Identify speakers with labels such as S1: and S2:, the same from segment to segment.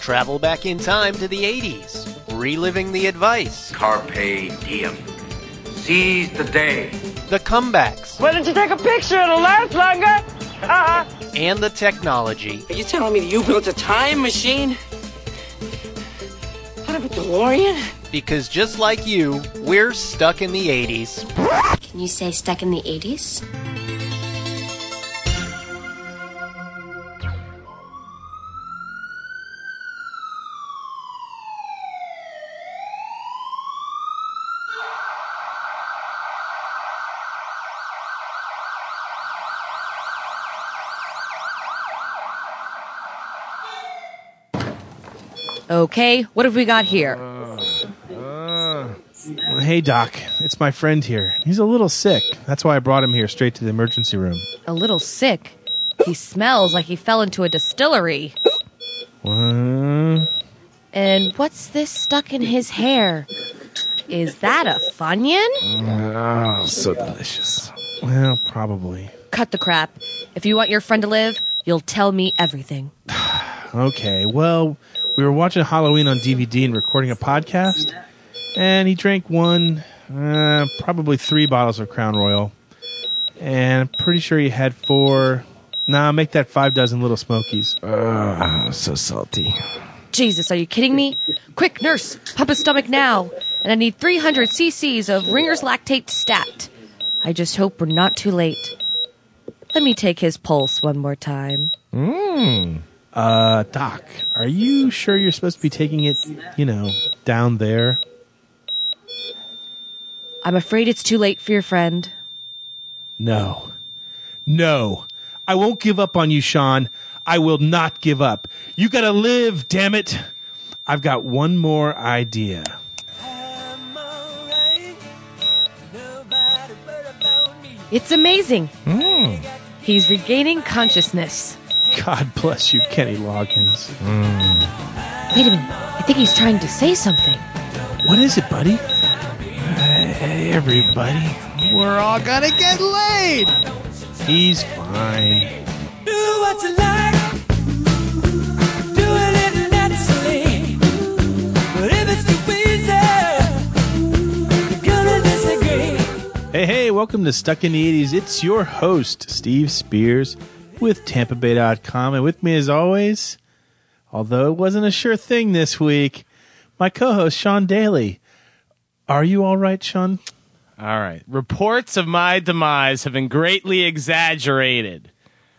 S1: Travel back in time to the 80s, reliving the advice,
S2: Carpe diem. Seize the day.
S1: the comebacks,
S3: Why don't you take a Uh-huh. picture? It'll last longer.
S1: and the technology
S4: Are you telling me that you built a time machine? Out of a DeLorean?
S1: because just like you, we're stuck in the 80s.
S5: Can you say stuck in the 80s?
S6: Okay, what have we got here?
S7: Hey, Doc. It's my friend here. He's a little sick. That's why I brought him here straight to the emergency room.
S6: A little sick. He smells like he fell into a distillery.
S7: What?
S6: And what's this stuck in his hair? Is that a Funyun?
S7: Oh, so delicious. Well, probably.
S6: Cut the crap. If you want your friend to live, you'll tell me everything.
S7: Okay, well, we were watching Halloween on DVD and recording a podcast, and he drank one, uh, probably three bottles of Crown Royal. And I'm pretty sure he had four. Nah, make that five dozen little smokies. Ugh, so salty.
S6: Jesus, are you kidding me? Quick, nurse, pump his stomach now. And I need 300 cc's of Ringer's lactate stat. I just hope we're not too late. Let me take his pulse one more time.
S7: Uh, Doc, are you sure you're supposed to be taking it, you know, down there?
S6: I'm afraid it's too late for your friend.
S7: No. No. I won't give up on you, Sean. I will not give up. You gotta live, damn it. I've got one more idea.
S6: It's amazing.
S7: Mm.
S6: He's regaining consciousness.
S7: God bless you, Kenny Loggins.
S6: Wait a minute. I think he's trying to say something.
S7: What is it, buddy? Hey, everybody. We're all gonna get laid. He's fine. Hey, hey, welcome to Stuck in the 80s. It's your host, Steve Spears, with TampaBay.com. And with me, as always, although it wasn't a sure thing this week, my co host, Sean Daly. Are you all right, Sean?
S8: All right. Reports of my demise have been greatly exaggerated.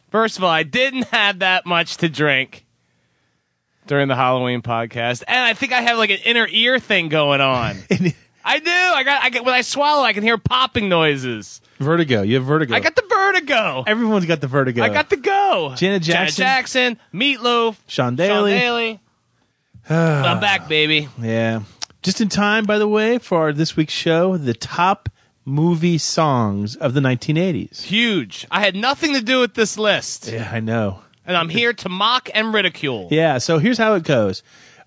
S8: First of all, I didn't have that much to drink during the Halloween podcast, and I think I have like an inner ear thing going on. I do. I got. I get when I swallow, I can hear popping noises.
S7: Vertigo. You have vertigo.
S8: I got the vertigo.
S7: Everyone's got the vertigo.
S8: I got the go.
S7: Janet Jackson.
S8: Jackson, Meatloaf,
S7: Sean Daly.
S8: Sean Daly. I'm back, baby.
S7: Yeah. Just in time, by the way, for our this week's show, the top movie songs of the 1980s.
S8: Huge. I had nothing to do with this list,
S7: Yeah, I know.
S8: and I'm here to mock and ridicule.
S7: Yeah, so here's how it goes.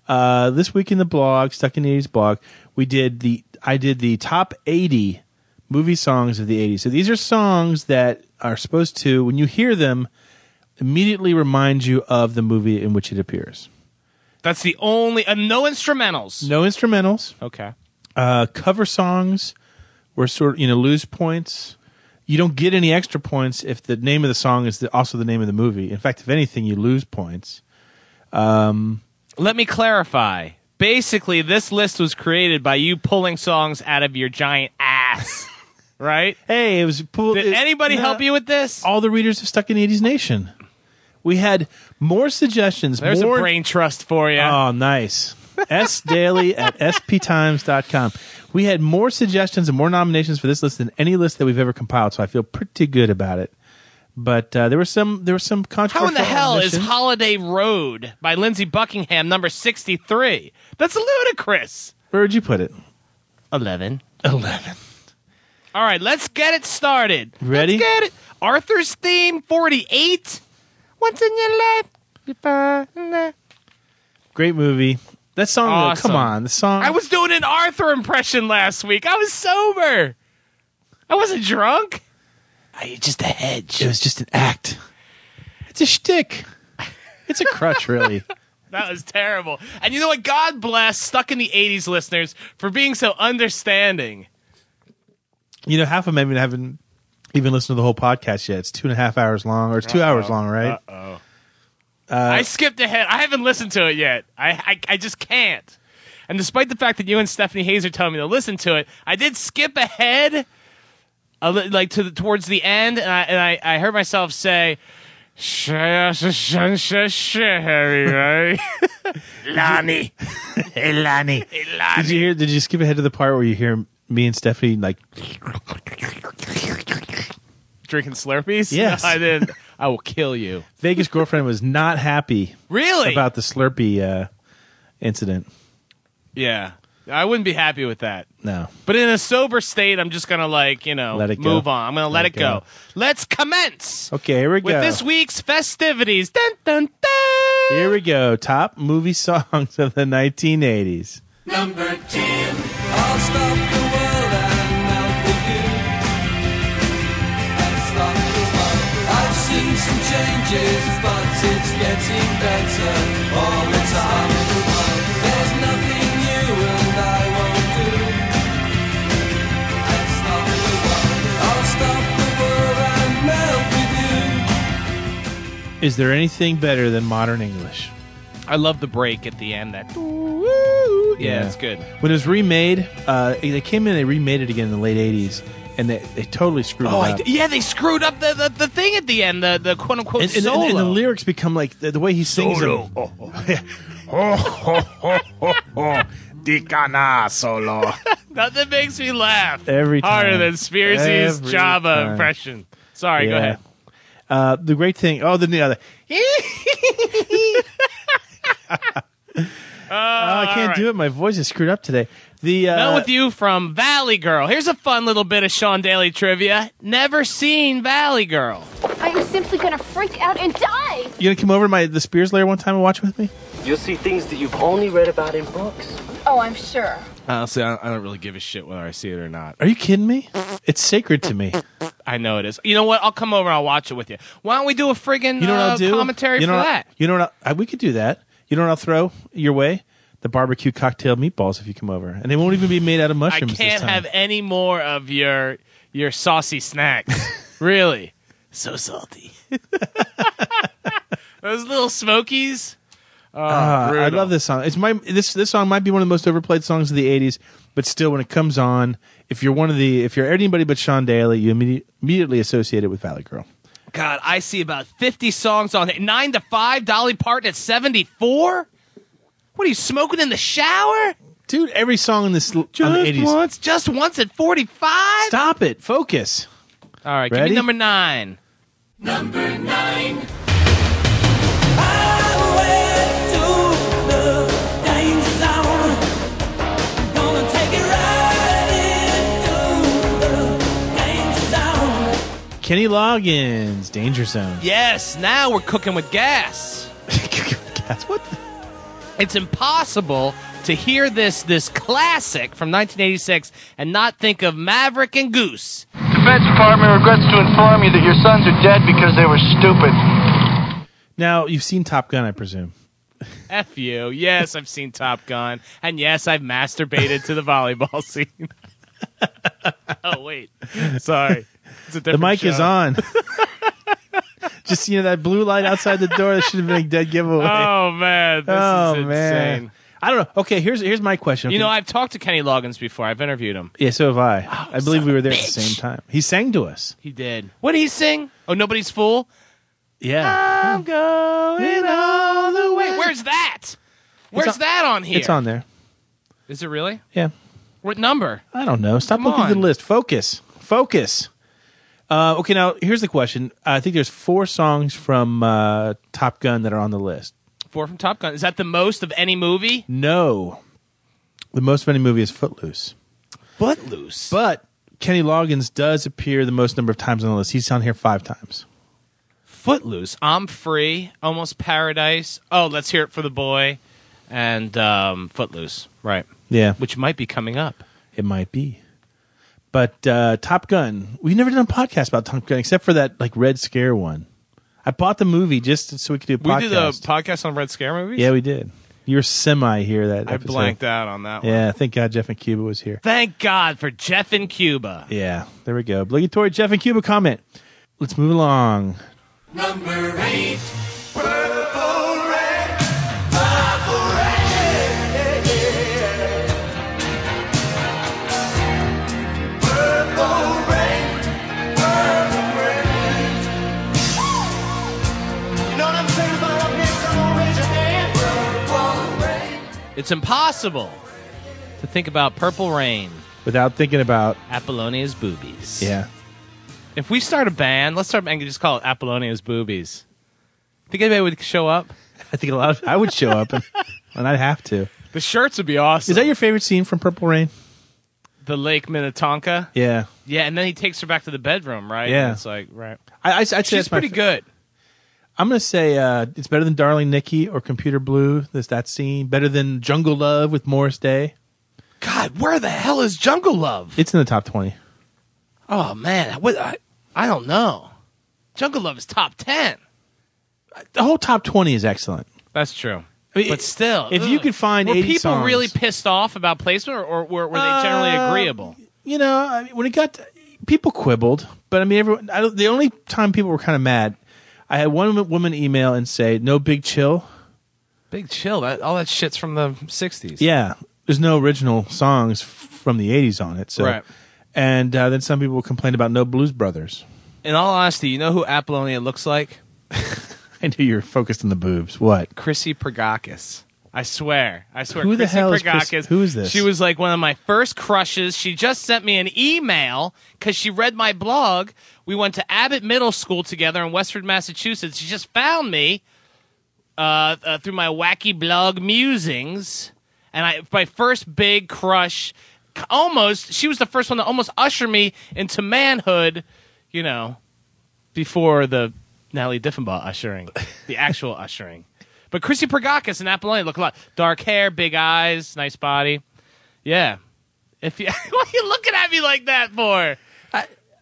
S7: Uh, this week in the blog, Stuck in the 80s blog, we did the I did the top 80 movie songs of the 80s. So these are songs that are supposed to when you hear them immediately remind you of the movie in which it appears.
S8: That's the only uh, no instrumentals.
S7: No instrumentals.
S8: Okay.
S7: uh, cover songs were sort of you know lose points. You don't get any extra points if the name of the song is the, also the name of the movie. In fact, if anything, you lose points.
S8: Let me clarify. Basically, this list was created by you pulling songs out of your giant ass, right?
S7: Hey, it was pool.
S8: Did
S7: it-
S8: anybody
S7: no.
S8: help you with this?
S7: All the readers of Stuck in the '80s Nation. We had more suggestions.
S8: There's
S7: more,
S8: a brain trust for you.
S7: Oh, nice. S daily at sptimes.com. We had more suggestions and more nominations for this list than any list that we've ever compiled, so I feel pretty good about it. But uh, there were some there were some
S8: How
S7: controversial
S8: in the hell is
S7: omissions.
S8: Holiday Road by Lindsey Buckingham number 63? That's ludicrous.
S7: Where would you put it?
S8: 11.
S7: 11.
S8: All right, let's get it started.
S7: Ready?
S8: Let's get it. Arthur's theme 48. Once in your life. you find that-
S7: Great movie. That song, though,
S8: Awesome.
S7: come on. The song.
S8: I was doing an Arthur impression last week. I was sober. I wasn't drunk. I just a hedge.
S7: It was just an act. It's a shtick. It's a crutch, really.
S8: That was terrible. And you know what? God bless Stuck in the 80s listeners for being so understanding.
S7: You know, half of them even haven't even listened to the whole podcast yet. It's two and a half hours long, or it's 2 hours long,
S8: Uh,
S7: right?
S8: I skipped ahead. I haven't listened to it yet. I, I, I just can't. And despite the fact that you and Stephanie Hayes are telling me to listen to it, I did skip ahead, a li- like to the, towards the end, and I, and I, I heard myself say, "Sh- sh- sh- sh- sh- Harry, right? Lonnie.
S7: Elani.
S8: Lonnie.
S7: Did you hear? Did you skip ahead to the part where you hear me and Stephanie like?
S8: Drinking Slurpees?
S7: Yes.
S8: I did. I will kill you.
S7: Vegas girlfriend was not happy
S8: Really?
S7: about the Slurpee uh, incident.
S8: yeah. I wouldn't be happy with that.
S7: No,
S8: But in a sober state, I'm just gonna like you know
S7: Let it go.
S8: move on. I'm gonna let, it go. Let's commence.
S7: Okay, here we
S8: with
S7: go.
S8: this week's festivities. Dun dun dun.
S7: here we go. Top movie songs of the 1980s. Is there anything better than modern English?
S8: I love the break at the end. That yeah, it's good.
S7: When it was remade, uh, they came in. They remade it again in the late 80s, and they, they totally screwed
S8: Oh,
S7: it
S8: I,
S7: up.
S8: yeah, they screwed up the, the, the thing at the end. The the quote unquote
S7: and, and-
S8: solo.
S7: and the lyrics become like the, the way he sings them.
S8: Nothing makes me laugh
S7: Every
S8: harder
S7: time.
S8: than Spearsy's
S7: Every
S8: Java
S7: time.
S8: impression. Sorry, go
S7: Yeah.
S8: ahead.
S7: Uh, the great thing. Oh, the the other. I can't do it. My voice is screwed up today. The uh,
S8: Now with you from Valley Girl. Here's a fun little bit of Sean Daly trivia. Never seen Valley Girl.
S9: I am simply gonna freak out and die!
S7: you gonna come over to my the Spears lair one time and watch with me?
S4: You'll see things that you've only read about in books.
S9: Oh, I'm sure.
S8: Honestly, I don't, I don't really give a shit whether I see it or not.
S7: Are you kidding me? It's sacred to me.
S8: I know it is. You know what? I'll come over and I'll watch it with you. Why don't we do a friggin'
S7: You know what
S8: uh,
S7: I'll do?
S8: commentary
S7: you know
S8: for
S7: what I-
S8: that?
S7: You know what? I, we could do that. You know what I'll throw your way? The barbecue cocktail meatballs if you come over, and they won't even be made out of
S8: I
S7: mushrooms. this
S8: can't
S7: time.
S8: have any more of your your saucy snacks. really, so salty. Those little smokies. Oh,
S7: Uh, I
S8: brutal.
S7: love this song. It's my this this song might be one of the most overplayed songs of the '80s, but still, when it comes on, if you're one of the if you're anybody but Sean Daly, you imme- immediately associate it with Valley Girl.
S8: God, I see about fifty songs on it. Nine to five, Dolly Parton at seventy four. What are you smoking in the shower?
S7: Dude, every song in this l- on the
S8: Just
S7: 80s.
S8: once, just once at forty five.
S7: Stop it. Focus.
S8: All right, give
S7: Ready?
S8: me number nine.
S7: Kenny Loggins, Danger Zone.
S8: Yes, now we're cooking with gas.
S7: Guys, what? the-
S8: It's impossible to hear this this classic from 1986 and not think of Maverick and Goose.
S10: Defense Department regrets to inform you that your sons are dead because they were stupid.
S7: Now you've seen Top Gun, I presume.
S8: F you. Yes, I've seen Top Gun, and yes, I've masturbated to the volleyball scene. oh wait, sorry. It's a
S7: The
S8: different
S7: mic is
S8: show.
S7: on. Just you know that blue light outside the door. That should have been a dead giveaway.
S8: Oh man, this
S7: Oh,
S8: is insane.
S7: man. I don't know. Okay, here's here's my question.
S8: You know,
S7: I-
S8: I've talked to Kenny Loggins before. I've interviewed him.
S7: yeah, so have I.
S8: Oh,
S7: I believe we were there at the same time. He sang to us.
S8: He did. What did he sing? Oh, nobody's fool.
S7: Yeah.
S8: I'm going all the way. Where's that? Where's
S7: on-
S8: that on here?
S7: It's on there.
S8: Is it really?
S7: Yeah.
S8: What number?
S7: I don't know. Stop
S8: Come
S7: looking at the
S8: on.
S7: list. Focus. Focus. Uh, okay, now here's the question. I think there's four songs from uh, Top Gun that are on the list.
S8: Four from Top Gun. Is that the most of any movie?
S7: No. The most of any movie is Footloose.
S8: But loose.
S7: But Kenny Loggins does appear the most number of times on the list. He's on here five times.
S8: Footloose. I'm free. Almost paradise. Oh, let's hear it for the boy. And um, Footloose. Right.
S7: Yeah.
S8: Which might be coming up.
S7: It might be. But uh, Top Gun, we've never done a podcast about Top Gun except for that like Red Scare one. I bought the movie just so we could do a
S8: We
S7: podcast.
S8: did uh, a podcast on Red Scare movies.
S7: yeah, we did. You were semi here that
S8: I
S7: episode.
S8: blanked out on that one.
S7: Yeah, thank God Jeff and Cuba was here.
S8: Thank God for Jeff in Cuba.
S7: Yeah, there we go. Obligatory Jeff and Cuba comment. Let's move along.
S8: It's impossible to think about Purple Rain,
S7: Without thinking about
S8: Apollonia's Boobies.
S7: yeah,
S8: If we start a band, let's start a band and just call it Apollonia's Boobies. Think anybody would show up?
S7: I think a lot. Of, I would show up and, and I'd have to.
S8: The shirts would be awesome.
S7: Is that your favorite scene from Purple Rain?
S8: the Lake Minnetonka?
S7: Yeah,
S8: Yeah, and then he takes her back to the bedroom, right?
S7: Yeah.
S8: And it's like right.
S7: I, I, I'd say
S8: She's
S7: that's my
S8: pretty
S7: fa-
S8: good.
S7: I'm gonna say uh, it's better than Darling Nikki or Computer Blue. There's that scene. Better than Jungle Love with Morris Day.
S8: God, where the hell is Jungle Love?
S7: It's in the top twenty.
S8: Oh man, what, I I don't know. Jungle Love is top ten.
S7: The whole top twenty is excellent.
S8: That's true.
S7: I mean,
S8: but
S7: it-
S8: still,
S7: if you
S8: ugh.
S7: could find
S8: were
S7: 80
S8: people
S7: songs-
S8: really pissed off about placement, or, or were, were they generally
S7: Uh,
S8: agreeable?
S7: you know, I mean, when it got to, people quibbled, but I mean, everyone. I don't, the only time people were kind of mad, I had one wo- woman email and say, "No big chill."
S8: Big chill. That all that shit's from the '60s.
S7: Yeah, there's no original songs f- from the '80s on it. So,
S8: Right.
S7: and uh, then some people complained about no Blues Brothers.
S8: In all honesty, you know who Apollonia looks like?
S7: I knew you were focused on the boobs. What?
S8: Chrissy Pergakis. I swear, I swear.
S7: Who the
S8: Chrissy
S7: hell is
S8: Prigakis,
S7: Chris- who is this?
S8: She was like one of my first crushes. She just sent me an email because she read my blog. We went to Abbott Middle School together in Westford, Massachusetts. She just found me uh, uh, through my wacky blog musings, and I my first big crush. c- Almost, she was the first one to almost usher me into manhood. You know, before the Natalie Diffenbaugh ushering, the actual ushering. But Chrissy Pergakis and Apollonia look a lot. Dark hair, big eyes, nice body. Yeah. If you, what are you looking at me like that for?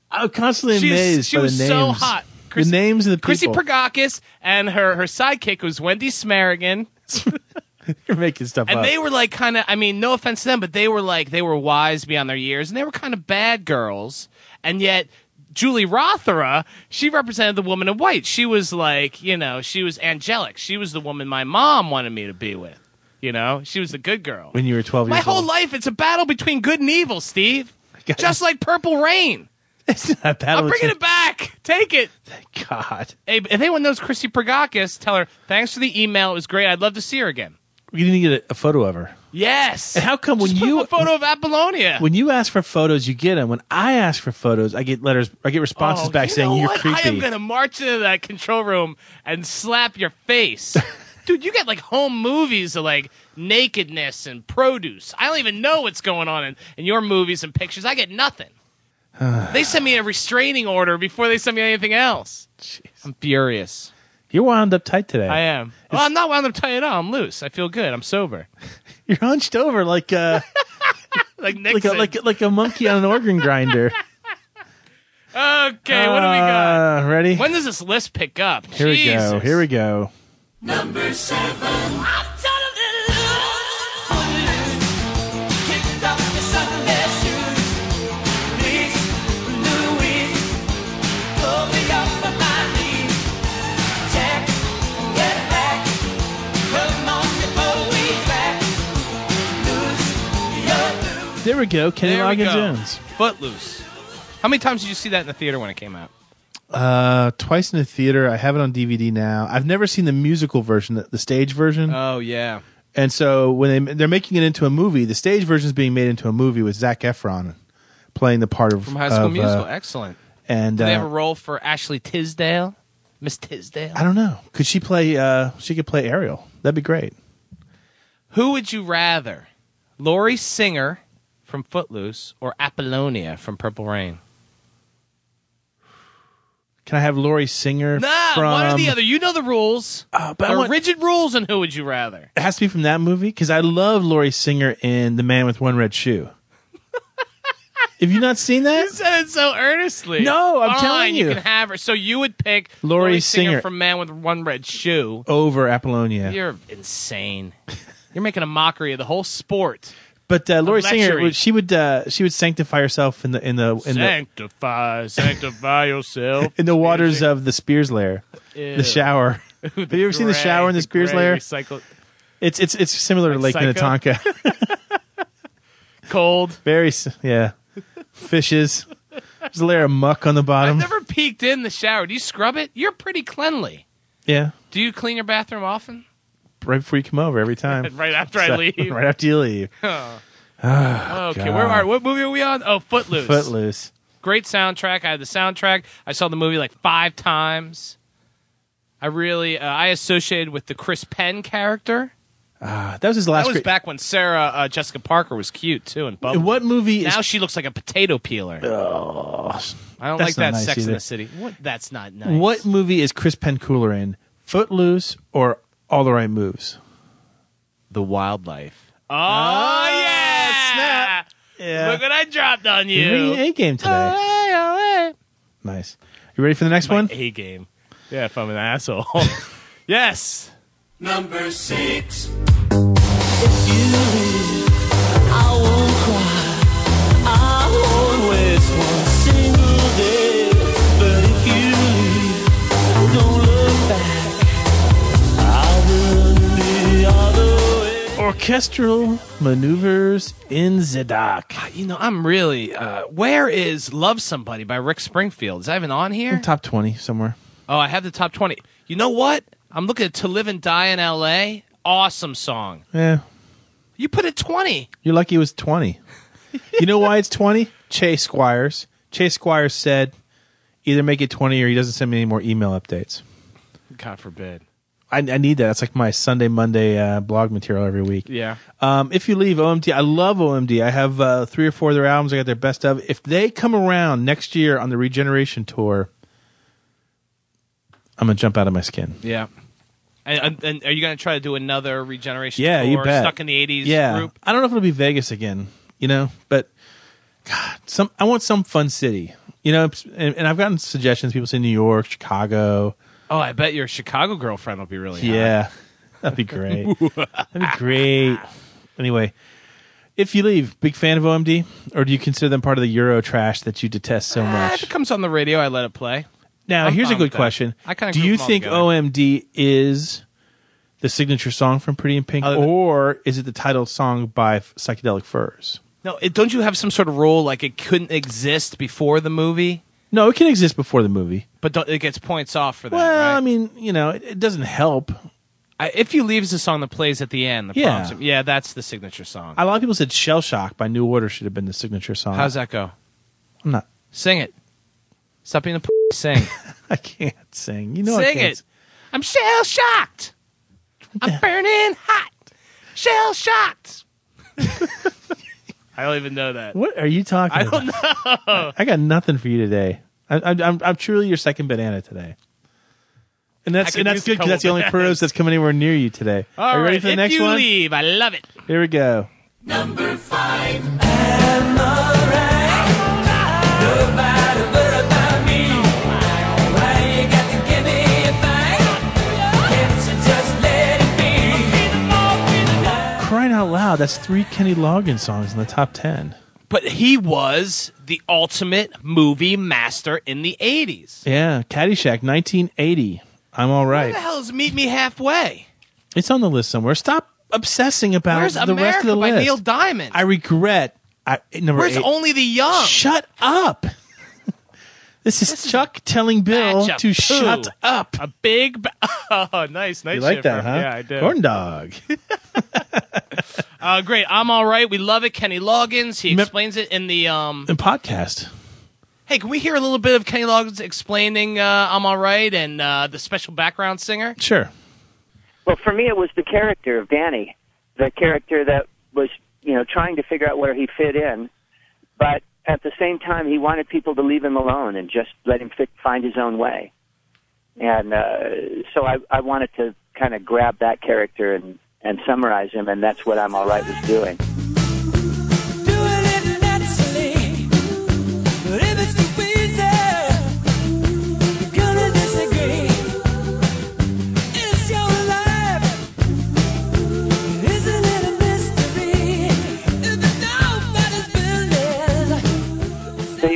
S7: I'm constantly
S8: She's-
S7: amazed
S8: she
S7: by
S8: was
S7: the
S8: so
S7: names.
S8: hot.
S7: the
S8: Chrissy-
S7: names of the
S8: Chrissy
S7: people.
S8: Pergakis and her her sidekick was Wendy Smarrigan.
S7: You're making stuff
S8: And
S7: up.
S8: they were like kind of, I mean, no offense to them, but they were like, they were wise beyond their years and they were kind of bad girls. And yet, Julie Rothera, she represented the woman in white. She was like, you know, she was angelic. She was the woman my mom wanted me to be with. You know, she was the good girl.
S7: when you were 12
S8: my
S7: years
S8: whole
S7: old.
S8: life, it's a battle between good and evil, Steve.
S7: got
S8: Just like Purple Rain.
S7: That battle
S8: I'm bringing
S7: was-
S8: it back. Take it.
S7: God,
S8: Hey, if anyone knows Christy Pergakis, tell her, thanks for the email. It was great. I'd love to see her again.
S7: we need to get a, a photo of her.
S8: Yes.
S7: And how come when
S8: Just put
S7: you-
S8: up a photo of Apollonia?
S7: When you ask for photos, you get them. When I ask for photos, I get letters. I get responses
S8: Oh,
S7: back
S8: you
S7: saying
S8: know
S7: you're
S8: what?
S7: creepy.
S8: I am gonna march into that control room and slap your face, dude. You got like home movies of like nakedness and produce. I don't even know what's going on in, in your movies and pictures. I get nothing. they send me a restraining order before they send me anything else. I'm furious.
S7: You're wound up tight today.
S8: I am. Well, I'm not wound up tight at all. I'm loose. I feel good. I'm sober.
S7: You're hunched over like a like
S8: Like
S7: a
S8: Nixon.
S7: like a, like a monkey on an organ grinder.
S8: okay, what do we got?
S7: Uh, ready?
S8: When does this list pick up?
S7: Here we go. Here we go. There we go. Kenny
S8: There we
S7: Loggins
S8: go.
S7: Jones.
S8: Footloose. How many times did you see that in the theater when it came out?
S7: Uh, twice in the theater. I have it on DVD now. I've never seen the musical version, the, the stage version.
S8: Oh yeah.
S7: and so when they, they're making it into a movie, the stage version is being made into a movie with Zach Efron playing the part of
S8: From High School
S7: of, uh,
S8: Musical. Excellent.
S7: and
S8: Do they have
S7: uh,
S8: a role for Ashley Tisdale? Miss Tisdale.
S7: I don't know. Could she play? Uh, she could play Ariel. That'd be great.
S8: Who would you rather? Lori Singer from Footloose or Apollonia from Purple Rain?
S7: Can I have Laurie Singer?
S8: Nah,
S7: from,
S8: one or the other. You know the rules.
S7: Uh, but I
S8: there are
S7: want-
S8: rigid rules on who would you rather.
S7: It has to be from that movie because I love Laurie Singer in The Man with One Red Shoe. Have you not seen that?
S8: You said it so earnestly.
S7: No, I'm
S8: Fine,
S7: telling you.
S8: You can have her. So you would pick
S7: Lori
S8: Singer,
S7: Singer. Oh,
S8: from Man with One Red Shoe.
S7: Over Apollonia.
S8: You're insane. You're making a mockery of the whole sport.
S7: But uh, Lori Singer,
S8: Luxury.
S7: would- she would uh, she would sanctify herself in the in the in the,
S8: sanctify, sanctify yourself
S7: in the waters of the Spears Lair,
S8: Ew.
S7: the shower. Have you ever seen the shower in the Spears
S8: gray
S7: Lair?
S8: recycled-
S7: It's it's it's similar to Lake
S8: Psycho?
S7: Minnetonka.
S8: cold.
S7: Very s- yeah, fishes. There's a layer of muck on the
S8: I've
S7: bottom.
S8: never peeked in the shower. Do you scrub it? You're pretty cleanly.
S7: yeah,
S8: Do you clean your bathroom often?
S7: right before you come over every time.
S8: Right after I
S7: So-
S8: leave. Oh,
S7: right after you leave.
S8: okay,
S7: God.
S8: where are what movie are we on? Oh, Footloose.
S7: Footloose.
S8: Great soundtrack. I had the soundtrack. I saw the movie like five times. I really uh, I associated with the Chris Penn character.
S7: Ah, that was his last.
S8: That was
S7: great-
S8: back when Sarah uh, Jessica Parker was cute too and bubbly.
S7: What movie is
S8: Now she looks like a potato peeler. I don't
S7: that's
S8: like
S7: not
S8: that
S7: nice
S8: Sex in
S7: either.
S8: the City. What? That's not nice.
S7: what movie is Chris Penn cooler in? Footloose or All the Right Moves?
S8: The wildlife. Oh, yeah! Snap.
S7: Ah, Yeah.
S8: Look what I dropped on you.
S7: A game today. Nice. You ready for the next one?
S8: A game. Yeah, if I'm an asshole. yes.
S2: Number six.
S7: Orchestral maneuvers in the dock.
S8: You know, I'm really. Uh, where is Love Somebody by Rick Springfield? Is that even on here?
S7: Top twenty somewhere.
S8: Oh, I have the top 20. You know what? I'm looking at To Live and Die in LA. Awesome song.
S7: Yeah.
S8: You put it 20.
S7: You're lucky it was 20. you know why it's 20? Chase Squires. Chase Squires said either make it 20 or he doesn't send me any more email updates.
S8: God forbid.
S7: I, I need that. That's like my Sunday, Monday uh, blog material every week.
S8: Yeah.
S7: Um, if you leave OMD, I love OMD. I have uh, three or four of their albums. I got their best of. If they come around next year on the Regeneration Tour, I'm going to jump out of my skin.
S8: Yeah. And, and, and are you going to try to do another regeneration?
S7: Yeah,
S8: tour,
S7: you bet.
S8: Stuck in the '80s
S7: yeah.
S8: group.
S7: I don't know if it'll be Vegas again, you know, but God, some I want some fun city, you know. And, and I've gotten suggestions. People say New York, Chicago.
S8: Oh, I bet your Chicago girlfriend will be really. hot.
S7: Yeah, that'd be great. that'd be great. Anyway, if you leave, big fan of OMD, or do you consider them part of the Euro trash that you detest so
S8: Ah, if
S7: much?
S8: it comes on the radio, I let it play.
S7: Now,
S8: I'm
S7: here's a
S8: fine
S7: good
S8: with that.
S7: question.
S8: I kinda
S7: Do
S8: group
S7: you
S8: them all
S7: think
S8: together.
S7: OMD is the signature song from Pretty in Pink,
S8: Other than-
S7: or is it the title song by Psychedelic Furs?
S8: No, it, don't you have some sort of rule like it couldn't exist before the movie,
S7: No, it can exist before the movie.
S8: but don't, it gets points off for that?
S7: Well,
S8: right?
S7: I mean, you know, it, it doesn't help.
S8: I, if you leave is a song that plays at the end, the
S7: Yeah.
S8: yeah, yeah, that's the signature song.
S7: A lot of people said "Shell Shock" by New Order should have been the signature song.
S8: How's that go?
S7: I'm not.
S8: Sing it. Stop being a p- sing.
S7: I can't sing. You know, I
S8: Sing
S7: can't
S8: it. I'm shell shocked. I'm burning hot. Shell shocked. I don't even know that.
S7: What are you talking? I don't know. I got nothing for you today. I, I, I'm, I'm truly your second banana today. And that's
S8: could
S7: and that's
S8: use a
S7: good because
S8: couple
S7: that's the only
S8: bananas.
S7: produce that's coming anywhere near you today.
S8: All
S7: are you ready
S8: right,
S7: for the
S8: if
S7: next
S8: you
S7: one?
S8: leave, I love it.
S7: Here we go. Crying out loud, that's three Kenny Loggins songs in the top ten.
S8: But he was the ultimate movie master in the 80s.
S7: Yeah, Caddyshack, 1980. I'm all
S8: Where the
S7: right.
S8: hell is Meet Me Halfway?
S7: It's on the list somewhere. Stop obsessing about
S8: Where's
S7: the
S8: America
S7: rest of the
S8: by
S7: list.
S8: Neil Diamond?
S7: I regret. I, number
S8: Where's
S7: eight.
S8: Only the Young?
S7: Shut up. this is Chuck telling Bill
S8: batch of
S7: to
S8: poo.
S7: shut up.
S8: a big. Ba- oh, nice, nice.
S7: You like
S8: shifter.
S7: that, huh?
S8: Yeah, I did.
S7: Corn dog.
S8: Uh, great. I'm all right. We love it. Kenny Loggins. He
S7: Mem-
S8: explains it in the. um
S7: and podcast.
S8: Hey, can we hear a little bit of Kenny Loggins explaining uh, "I'm All Right" and uh, the special background singer?
S7: Sure.
S11: Well, for me, it was the character of Danny, the character that was, you know, trying to figure out where he fit in, but at the same time, he wanted people to leave him alone and just let him fit, find his own way. And uh, so I, I wanted to kind of grab that character and, and summarize him, and that's what I'm all right was doing.
S3: Doing it naturally.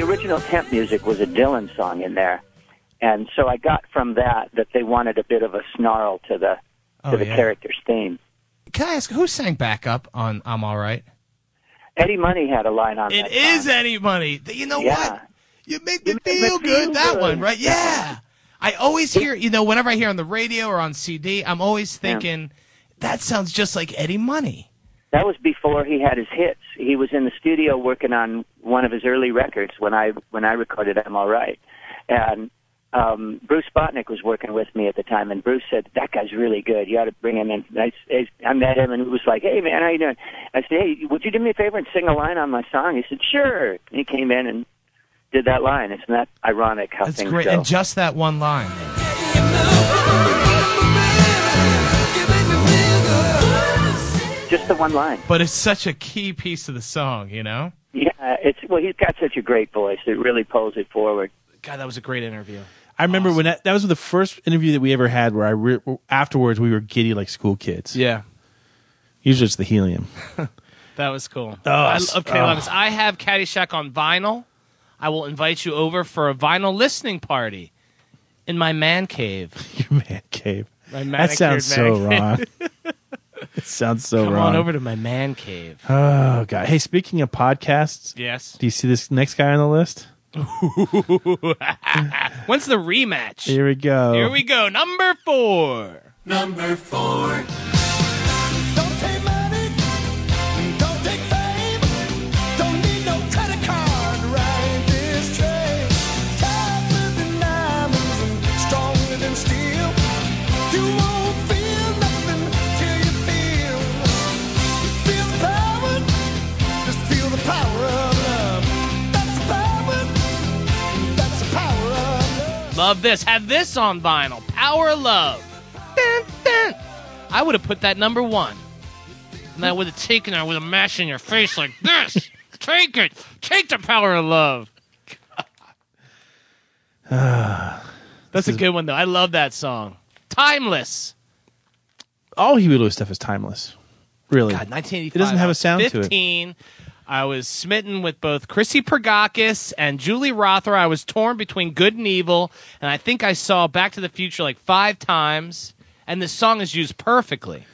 S11: original temp music was a Dylan song in there, and so I got from that that they wanted a bit of a snarl to the to
S12: Oh,
S11: the
S12: yeah.
S11: character's theme.
S12: Can I ask who sang backup on "I'm All Right"?
S11: Eddie Money had a line on
S12: It
S11: that.
S12: is any money. Th- You know what? You make me feel good. That one, right? Yeah. I always hear, you know, whenever I hear on the radio or on CD, I'm always thinking that sounds just like Eddie Money.
S11: That was before he had his hits. He was in the studio working on one of his early records when I when I recorded "I'm All Right," and um, Bruce Botnick was working with me at the time. And Bruce said, "That guy's really good. You ought to bring him in." And I, s- I met him and he was like, "Hey man, how you doing?" I said, "Hey, would you do me a favor and sing a line on my song?" He said, "Sure." And he came in and did that line. Isn't that ironic how
S12: That's
S11: things
S12: great.
S11: go?
S12: And just that one line.
S11: Just the one line.
S12: But it's such a key piece of the song, you know?
S11: Yeah, it's well, he's got such a great voice. It really pulls it forward.
S8: God, that was a great interview.
S7: I remember when that, that was the first interview that we ever had where I re- afterwards we were giddy like school kids.
S8: Yeah.
S7: Usually it's the helium.
S8: That was cool.
S7: Oh,
S8: I
S7: s-
S8: love K.
S7: oh.
S8: Lemus. I have Caddyshack on vinyl. I will invite you over for a vinyl listening party in my man cave.
S7: Your man cave.
S8: My
S7: that sounds so
S8: manicured man
S7: wrong.
S8: cave.
S7: it sounds so
S8: Come
S7: wrong.
S8: on over to my man cave.
S7: Oh god. Hey, speaking of podcasts,
S8: Yes.
S7: Do you see this next guy on the list?
S8: When's the rematch?
S7: Here we go.
S8: Here we go. Number four.
S13: Number four.
S8: Love this. Have this on vinyl. Power of Love. Dun, dun. I would have put that number one. And I would have taken it. I would have mashed it in your face like this. Take it. Take the power of love. That's a good one, though. I love that song. Timeless.
S7: All Huey Lewis stuff is timeless. Really.
S8: God, 1985.
S7: It doesn't have a sound to it.
S8: 15. I was smitten with both Chrissy Pergakis and Julie Rother. I was torn between good and evil, and I think I saw Back to the Future like five times. And this song is used perfectly.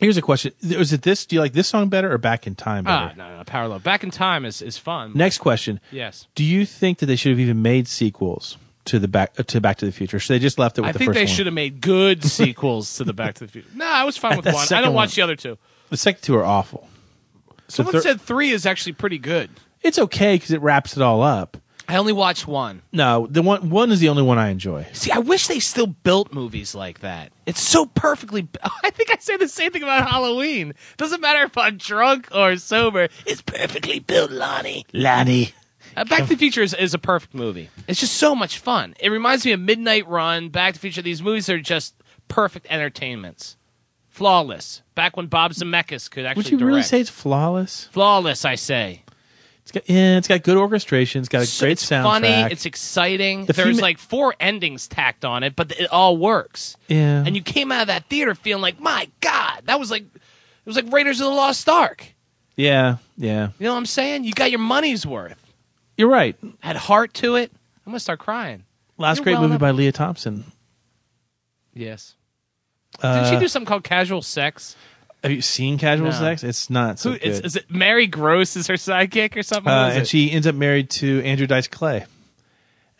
S7: Here's a question. Was it this? Do you like this song better or Back in Time better?
S8: Ah, no, no, Power Love. Back in Time is, is fun.
S7: Next question.
S8: Yes.
S7: Do you think that they should have even made sequels to the back to Back to the Future? Should they just left it with
S8: I
S7: the
S8: think
S7: first
S8: they
S7: one?
S8: should have made good sequels to the Back to the Future. No, I was fine with
S7: That
S8: one. I
S7: second
S8: don't watch
S7: one.
S8: the other two.
S7: The second two are awful. So
S8: Someone
S7: thir-
S8: said three is actually pretty good.
S7: it's okay because it wraps it all up.
S8: I only watched one.
S7: No, the one one is the only one I enjoy.
S8: See, I wish they still built movies like that. It's so perfectly. I think I say the same thing about Halloween. Doesn't matter if I'm drunk or sober. It's perfectly built, Lonnie.
S7: Lanny.
S8: Uh, Back to the Future is, is a perfect movie. It's just so much fun. It reminds me of Midnight Run, Back to the Future. These movies are just perfect entertainments, flawless. Back when Bob Zemeckis could actually
S7: Would you
S8: direct.
S7: really say it's flawless?
S8: flawless? I say.
S7: It's got yeah, it's got good orchestration. It's got a great soundtrack.
S8: funny. It's exciting.
S7: The
S8: There's
S7: fema-
S8: like four endings tacked on it, but it all works.
S7: Yeah.
S8: And you came out of that theater feeling like, my God, that was like, it was like Raiders of the Lost Ark.
S7: yeah, yeah.
S8: You know what I'm saying? You got your money's worth.
S7: You're right.
S8: Had heart to it. I'm gonna start crying.
S7: Last
S8: You're
S7: great
S8: welling
S7: movie
S8: up.
S7: by Leah Thompson.
S8: Yes.
S7: Uh,
S8: Did she do something called Casual Sex?
S7: Have you seen Casual
S8: No.
S7: Sex? It's not so
S8: Who is,
S7: good.
S8: is it? Mary Gross is her sidekick or something.
S7: uh,
S8: What is
S7: and
S8: it?
S7: she ends up married to Andrew Dice Clay.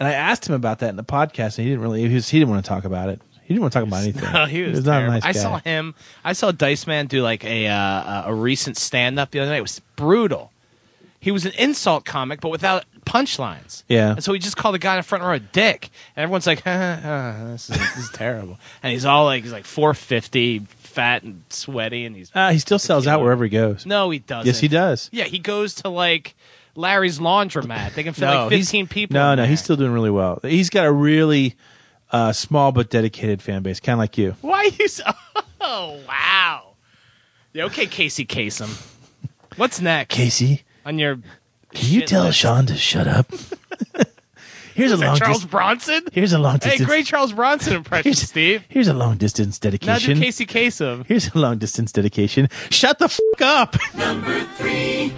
S7: And I asked him about that in the podcast, and he didn't really. He, was, he didn't want to talk about it. He didn't want to talk about anything.
S8: No, he was,
S7: not a
S8: terrible.
S7: nice guy.
S8: I saw him. I saw Dice Man do like a uh, a- a recent stand up the other night. It was brutal. He was an insult comic, but without punchlines.
S7: Yeah.
S8: And so he just called the guy in the front row a dick, and everyone's like, "Uh, this, is, this is terrible. And he's all like, he's like four fifty, fat and sweaty, and he's
S7: Uh, he still sells out wherever he goes.
S8: no, he doesn't.
S7: Yes, he does.
S8: Yeah, he goes to like Larry's laundromat. They can fit like
S7: he's-
S8: fifteen people.
S7: No,
S8: in
S7: no,
S8: there.
S7: he's still doing really well. He's got a really uh, small but dedicated fan base, kind of like you.
S8: Why are you so? Oh wow. Yeah, okay, Casey Kasem. What's next?
S7: Casey,
S8: on your
S7: can you
S8: Shit
S7: tell
S8: list.
S7: Sean to shut up? here's a
S8: Is that
S7: long
S8: Charles
S7: dis-
S8: Bronson.
S7: Here's a long
S8: Hey,
S7: distance.
S8: great Charles Bronson impression, Steve.
S7: Here's a long distance
S8: Now do
S7: dedication.
S8: Casey Kasem.
S7: Here's a long distance dedication. Shut the fuck up.
S13: Number three.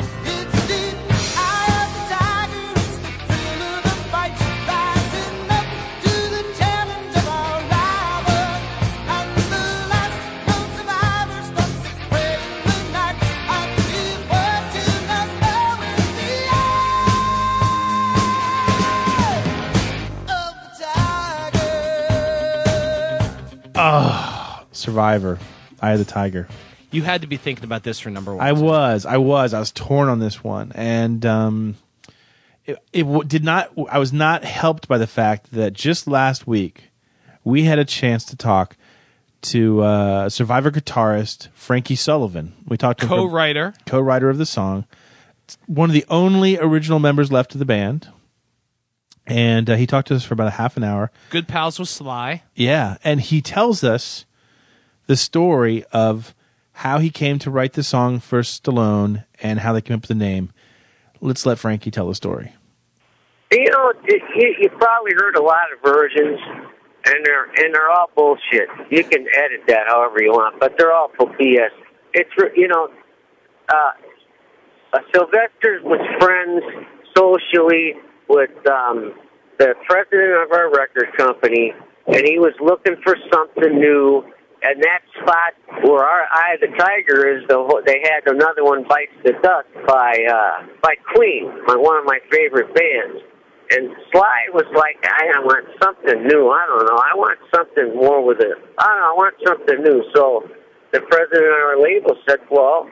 S7: Survivor, Eye of the Tiger.
S14: You had to be thinking about this for number one.
S7: I was, I was, I was torn on this one, and um, it, it w- did not. I was not helped by the fact that just last week we had a chance to talk to uh, Survivor guitarist Frankie Sullivan. We talked to him for-
S14: Co-writer.
S7: co-writer of the song, It's one of the only original members left of the band, and uh, he talked to us for about a half an hour.
S14: Good pals with Sly.
S7: Yeah, and he tells us the story of how he came to write the song for Stallone and how they came up with the name. Let's let Frankie tell the story.
S8: You know, you, you probably heard a lot of versions, and they're and they're all bullshit. You can edit that however you want, but they're all for BS. It's re- you know, uh, uh, Sylvester was friends socially with um, the president of our record company, and he was looking for something new. And that spot where our Eye of the Tiger is, the, whole- they had another one, Bites the Dust, by uh, by Queen, my, one of my favorite bands. And Sly was like, I I want something new. I don't know. I want something more with it. I don't know. I want something new. So the president of our label said, well,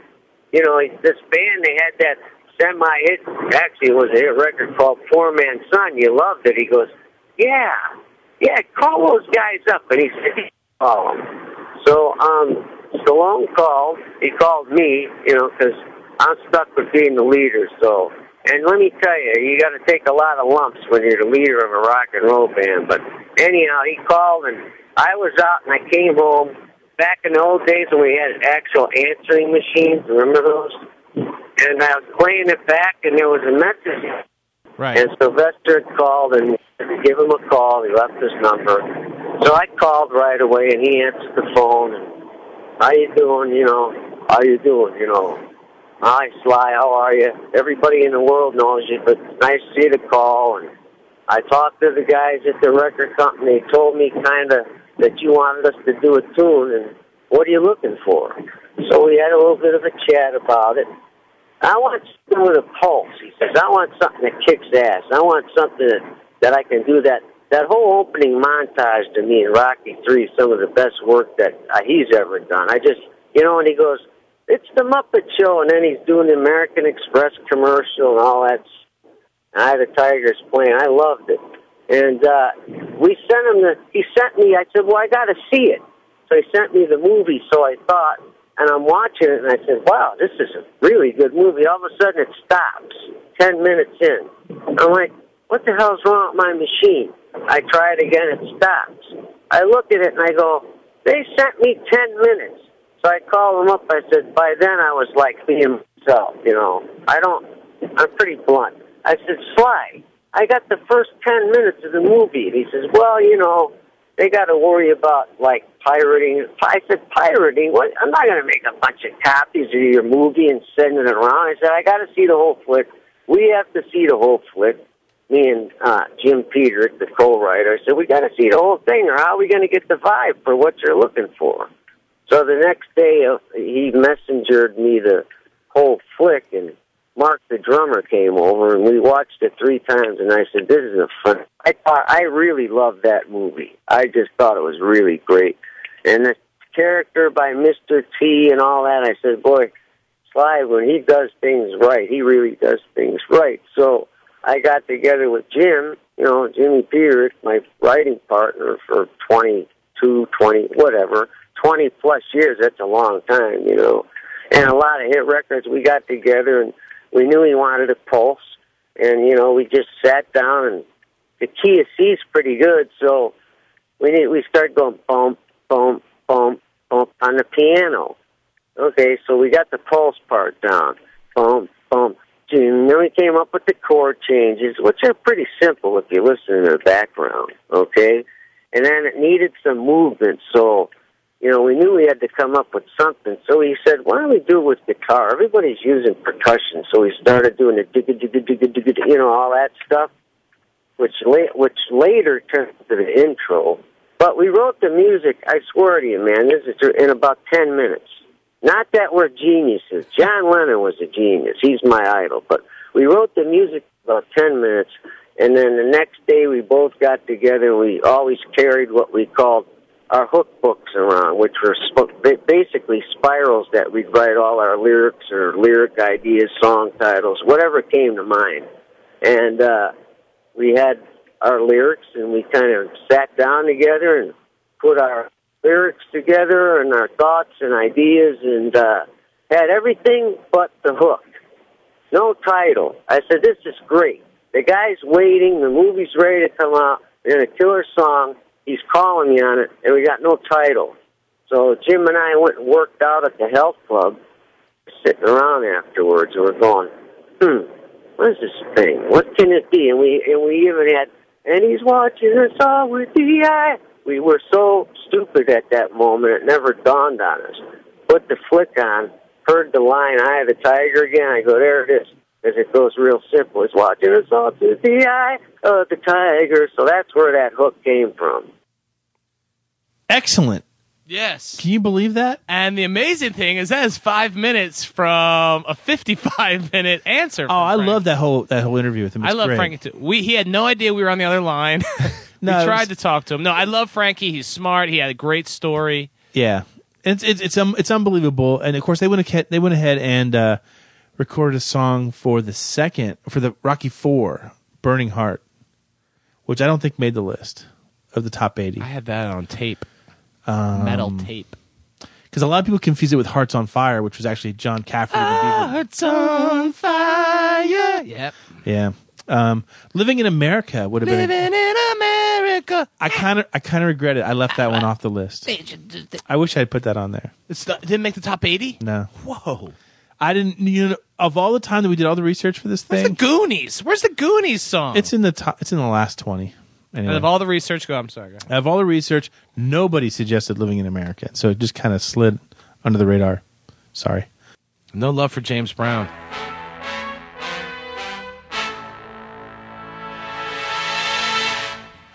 S8: you know, this band, they had that semi hit, actually, it was a hit record called Four Man Son. You loved it. He goes, yeah, yeah, call those guys up. And he said, call them. So, um, Stallone called. He called me, you know, 'cause I'm stuck with being the leader. So, and let me tell you, you got to take a lot of lumps when you're the leader of a rock and roll band. But anyhow, he called, and I was out, and I came home. Back in the old days when we had actual answering machines, remember those? And I was playing it back, and there was a message
S14: Right.
S8: and Sylvester had called and give him a call. He left his number. So I called right away and he answered the phone and how you doing, you know? How you doing, you know? Hi Sly, how are you? Everybody in the world knows you, but it's nice to see the call and I talked to the guys at the record company. They told me kind of that you wanted us to do a tune, and what are you looking for? So we had a little bit of a chat about it. I want something with a pulse. He says, I want something that kicks ass. I want something that, that I can do that. That whole opening montage to me in Rocky Three, some of the best work that uh, he's ever done. I just, you know, and he goes, "It's the Muppet Show," and then he's doing the American Express commercial and all that I had a Tigers playing. I loved it. And uh, we sent him the. He sent me. I said, "Well, I got to see it." So he sent me the movie. So I thought, and I'm watching it, and I said, "Wow, this is a really good movie." All of a sudden, it stops. Ten minutes in, I'm like, "What the hell's wrong with my machine?" I try it again. It stops. I look at it and I go, "They sent me ten minutes." So I called them up. I said, "By then, I was like being myself. You know, I don't. I'm pretty blunt." I said, Sly, I got the first 10 minutes of the movie. And he says, Well, you know, they got to worry about, like, pirating. I said, Pirating? What? I'm not going to make a bunch of copies of your movie and send it around. I said, I got to see the whole flick. We have to see the whole flick. Me and uh, Jim Peter, the co writer, said, We got to see the whole thing, or how are we going to get the vibe for what you're looking for? So the next day, uh, he messengered me the whole flick, and Mark the drummer came over, and we watched it three times. And I said, "This is a fun." I thought I really loved that movie. I just thought it was really great, and the character by Mister T and all that. I said, "Boy, Sly, when he does things right, he really does things right." So I got together with Jim, you know, Jimmy Peter, my writing partner for twenty two, twenty, whatever, 20 plus years. That's a long time, you know. And a lot of hit records. We got together and we knew he wanted a pulse. And, you know, we just sat down and the key of C's pretty good. So we need, we started going bump, bump, bump, bump on the piano. Okay, so we got the pulse part down. Bump, bump. And then we came up with the chord changes, which are pretty simple if you listen to the background. Okay? And then it needed some movement. So, you know, we knew we had to come up with something. So he said, why don't we do it with guitar? Everybody's using percussion. So we started doing the digga, digga, digga, digga, digga, you know, all that stuff, which, la- which later turned to the intro. But we wrote the music, I swear to you, man, this is in about 10 minutes. Not that we're geniuses. John Lennon was a genius. He's my idol. But we wrote the music about 10 minutes, and then the next day we both got together. We always carried what we called
S13: our hook books around, which were sp- ba- basically spirals that we'd write all our lyrics or lyric ideas, song titles, whatever came to mind. And uh, we had our lyrics, and we kind of sat down together and put our lyrics together and our thoughts and ideas, and uh, had everything but the hook. No title. I said, "This is great." The guy's waiting. The movie's ready to come out. We're gonna kill her song he's calling me on it, and we got no title. So Jim and I went and worked out at the health club, sitting around afterwards, and we're going, hmm, what is this thing? What can it be? And we and we even had, and he's watching us all with the eye. We were so stupid at that moment; it never dawned on us. Put the flick on, heard the line "Eye of the Tiger" again. I go, there it is. Because it goes real simple. It's watching us all through the eye of the tiger. So that's where that hook came from.
S7: Excellent.
S8: Yes.
S7: Can you believe that?
S8: And the amazing thing is that is five minutes from a 55 minute answer.
S7: Oh, I love that whole that whole interview with him.
S8: I
S7: It's
S8: love
S7: great.
S8: Frankie too. We he had no idea we were on the other line.
S7: No,
S8: we
S7: it
S8: tried
S7: was-
S8: to talk to him. No, I love Frankie. He's smart. He had a great story.
S7: Yeah, it's it's it's um, it's unbelievable. And of course, they went ahead, they went ahead and uh, recorded a song for the second for the Rocky Four, "Burning Heart," which I don't think made the list of the top eighty. I
S8: had that on tape,
S7: um,
S8: Metal tape.
S7: because a lot of people confuse it with "Hearts on Fire," which was actually John Caffrey.
S8: Hearts on fire. Yep.
S7: yeah, um, "Living in America" would have been. a-
S8: Living in America.
S7: I kind of I kind of regret it. I left that one off the list.
S8: It
S7: I wish I had put that on there.
S8: didn't make the top eighty.
S7: No.
S8: Whoa.
S7: I didn't. You know, of all the time that we did all the research for this
S8: Where's the
S7: thing,
S8: Goonies? Where's the Goonies song?
S7: it's in the top. It's in the last twenty.
S8: Out
S7: Anyway,
S8: of all the research, go. I'm sorry. Go.
S7: out of all the research, nobody suggested living in America, so it just kind of slid under the radar. Sorry.
S8: No love for James Brown.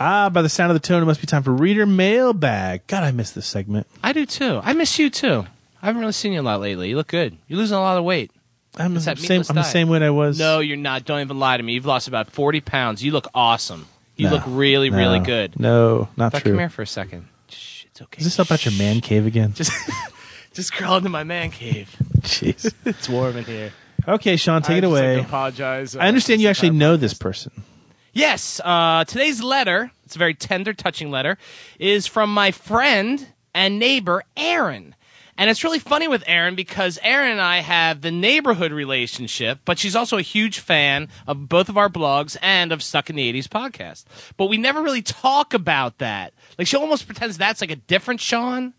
S7: Ah, by the sound of the tone, it must be time for reader mailbag. God, I missed this segment.
S8: I do too. I miss you too. I haven't really seen you a lot lately. You look good. You're losing a lot of weight.
S7: I'm
S8: It's
S7: the
S8: that
S7: same.
S8: meatless
S7: I'm the
S8: diet.
S7: same weight I was.
S8: No, you're not. Don't even lie to me. You've lost about 40 pounds. You look awesome. You
S7: No,
S8: look really, really
S7: no,
S8: good.
S7: No, not
S8: But
S7: true.
S8: Come here for a second.
S7: Is this about your man cave again?
S8: Just, just crawl into my man cave.
S7: Jeez.
S8: it's warm in here.
S7: Okay, Sean, take
S8: I
S7: it
S8: just, like,
S7: away.
S8: apologize.
S7: I understand you actually know this person.
S8: Yes, uh, today's letter, it's a very tender, touching letter, is from my friend and neighbor, Aaron. And it's really funny with Aaron because Aaron and I have the neighborhood relationship, but she's also a huge fan of both of our blogs and of Stuck in the 80s podcast. But we never really talk about that. Like, she almost pretends that's like a different Sean